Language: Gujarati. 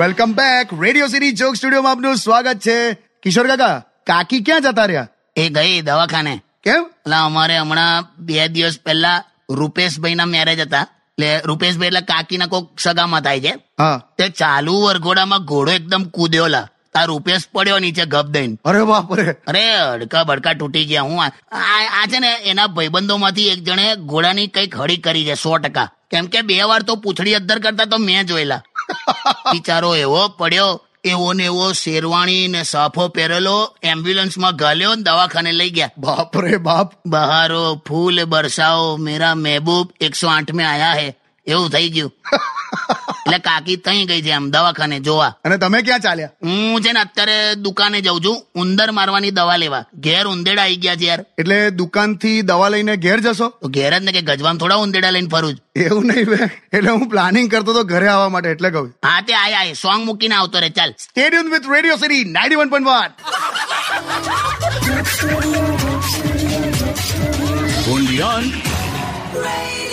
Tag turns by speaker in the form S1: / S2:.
S1: Welcome back radio city joke સ્ટુડિયોમાં આપનું સ્વાગત છે કિશોર કાકા કાકી ક્યાં જતા રહ્યા
S2: એ ગઈ દવાખાને
S1: કેમ
S2: એટલે અમારે હમણાં બે દિવસ પહેલા રૂપેશભાઈ ના મેરેજ હતા એટલે રૂપેશભાઈ એટલે કાકીના કોક સગામાં થાય છે
S1: હા
S2: તે ચાલુ વરઘોડામાં ઘોડો એકદમ કૂદેલા તાર રૂપેશ પડ્યો નીચે ગબ દઈને
S1: અરે બાપ રે
S2: અરે અડકા બડકા તૂટી ગયા હું આ- આ આ છે ને એના ભાઈબંધોમાંથી એક જણે ઘોડાની કઈક હળી કરી છે સો ટકા કેમ કે બે વાર તો પૂંછડી અદ્દર કરતા તો મેં જોયેલા બિચારો એવો પડ્યો એવો ને એવો શેરવાણી ને સાફો પહેરેલો એમ્બ્યુલન્સમાં ગાલ્યો ને દવાખાને લઈ ગયા
S1: બાપ રે બાપ
S2: બહારો ફૂલ બરસાઓ મેરા મહેબૂબ એકસો આઠ મેં આયા હે એવું થઈ ગયું એટલે કાકી તઈ ગઈ છે આમ દવાખાને જોવા
S1: અને તમે ક્યાં ચાલ્યા
S2: હું છે ને અત્યારે દુકાને જઉં છું ઉંદર મારવાની દવા લેવા ઘેર ઉંદેડા આવી ગયા છે યાર
S1: એટલે દુકાનથી દવા લઈને ઘેર જશો
S2: તો ઘેર જ ને કે ગજવામ થોડા ઉંદેડા લઈને ફરું છું
S1: એવું નહીં બે એટલે હું પ્લાનિંગ કરતો હતો ઘરે આવવા માટે એટલે કહું
S2: હા તે આય આય સોંગ મૂકીને આવતો રે ચાલ
S1: stadium with radio city ninety one point one
S3: Undian.
S4: Radio